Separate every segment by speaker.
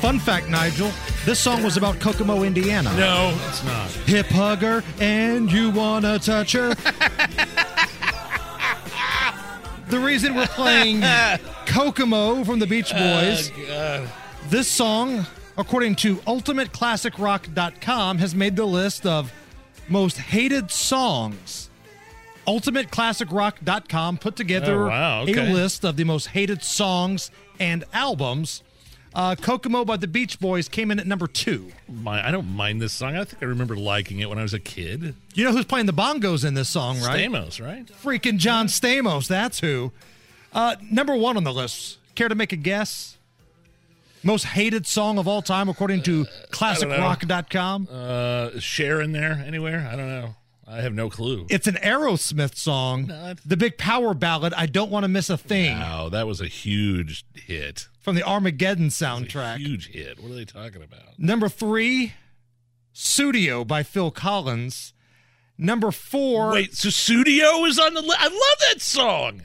Speaker 1: fun fact, Nigel, this song was about Kokomo, Indiana.
Speaker 2: No, it's not.
Speaker 1: Hip hugger, and you wanna touch her. the reason we're playing Kokomo from the Beach Boys, this song, according to UltimateClassicRock.com, has made the list of most hated songs. UltimateClassicRock.com put together
Speaker 2: Oh, wow, okay.
Speaker 1: a list of the most hated songs and albums. Uh, Kokomo by the Beach Boys came in at number two.
Speaker 2: My, I don't mind this song. I think I remember liking it when I was a kid.
Speaker 1: You know who's playing the bongos in this song, right?
Speaker 2: Stamos, right?
Speaker 1: Freaking John Stamos, that's who. Uh, number one on the list. Care to make a guess? Most hated song of all time, according to ClassicRock.com.
Speaker 2: Uh, Cher in there anywhere? I don't know. I have no clue.
Speaker 1: it's an Aerosmith song, the big power ballad. I don't want to miss a thing
Speaker 2: Wow, that was a huge hit.
Speaker 1: from the Armageddon
Speaker 2: A
Speaker 1: soundtrack.
Speaker 2: Huge hit. What are they talking about?
Speaker 1: Number three, Studio by Phil Collins. Number four,
Speaker 2: Wait, so Studio is on the list. I love that song.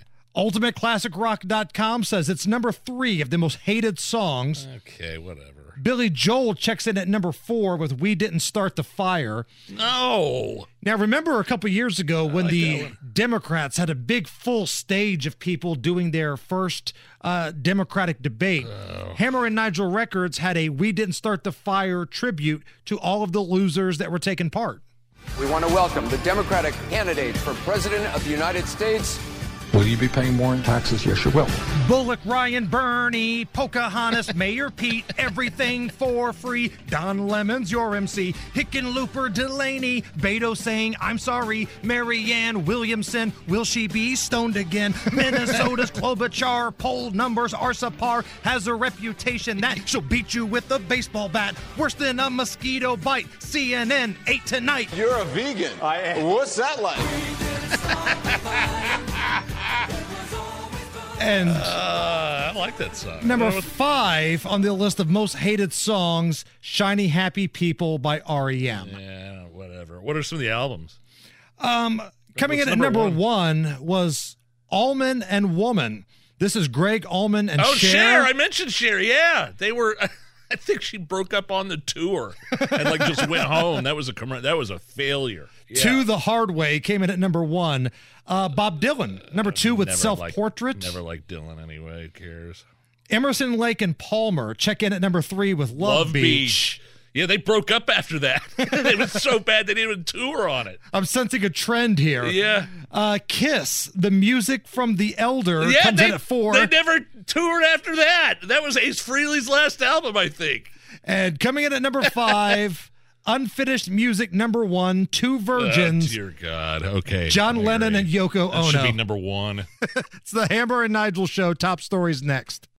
Speaker 1: UltimateClassicRock.com says it's number three of the most hated songs.
Speaker 2: Okay, whatever.
Speaker 1: Billy Joel checks in at number four with "We Didn't Start the Fire."
Speaker 2: No.
Speaker 1: Now, remember a couple years ago when
Speaker 2: like that
Speaker 1: the
Speaker 2: one.
Speaker 1: Democrats had a big full stage of people doing their first uh, Democratic debate.
Speaker 2: Oh.
Speaker 1: Hammer and Nigel Records had a "We Didn't Start the Fire" tribute to all of the losers that were taking part.
Speaker 3: We want to welcome the Democratic candidate for President of the United States,
Speaker 4: Will you be paying more in taxes? Yes, you will.
Speaker 1: Bullock, Ryan, Bernie, Pocahontas, Mayor Pete, everything for free. Don Lemon's your MC. Hickenlooper, Delaney, Beto saying, I'm sorry. Marianne Williamson, will she be stoned again? Minnesota's Klobuchar, poll numbers, Arsapar has a reputation that she'll beat you with a baseball bat. Worse than a mosquito bite. CNN, 8 tonight.
Speaker 5: You're a vegan. I am. What's that like?
Speaker 1: And.
Speaker 2: Uh, I like that song.
Speaker 1: Number
Speaker 2: Well,
Speaker 1: five on the list of most hated songs, Shiny Happy People by E REM.
Speaker 2: yeah, whatever. What are some of the albums?
Speaker 1: Coming in
Speaker 2: What's
Speaker 1: at
Speaker 2: number
Speaker 1: number one? was Allman and Woman. This is Greg Allman and
Speaker 2: Oh,
Speaker 1: Cher.
Speaker 2: Cher. I mentioned Cher. Yeah, they were. I think she broke up on the tour and like just went home. That was a commer- That was a failure. Yeah.
Speaker 1: To the Hard Way came in at number one. Uh, Bob Dylan, number two with
Speaker 2: Never
Speaker 1: Self
Speaker 2: liked-
Speaker 1: Portrait.
Speaker 2: Never liked Dylan anyway. Who cares?
Speaker 1: Emerson, Lake, and Palmer check in at number three with Love, Beach.
Speaker 2: Yeah, they broke up after that. it was so bad they didn't even tour on it.
Speaker 1: I'm sensing a trend here.
Speaker 2: Yeah.
Speaker 1: Uh, Kiss, the music from The Elder,
Speaker 2: Yeah,
Speaker 1: comes
Speaker 2: they,
Speaker 1: in at four.
Speaker 2: they never toured after that. That was Ace Frehley's last album, I think.
Speaker 1: And coming in at number five, unfinished music number one, two
Speaker 2: Oh,
Speaker 1: virgins.
Speaker 2: dear God. Okay.
Speaker 1: John
Speaker 2: Mary.
Speaker 1: Lennon and Yoko
Speaker 2: That should
Speaker 1: Ono.
Speaker 2: be number one.
Speaker 1: it's the Hammer and Nigel show. Top stories next.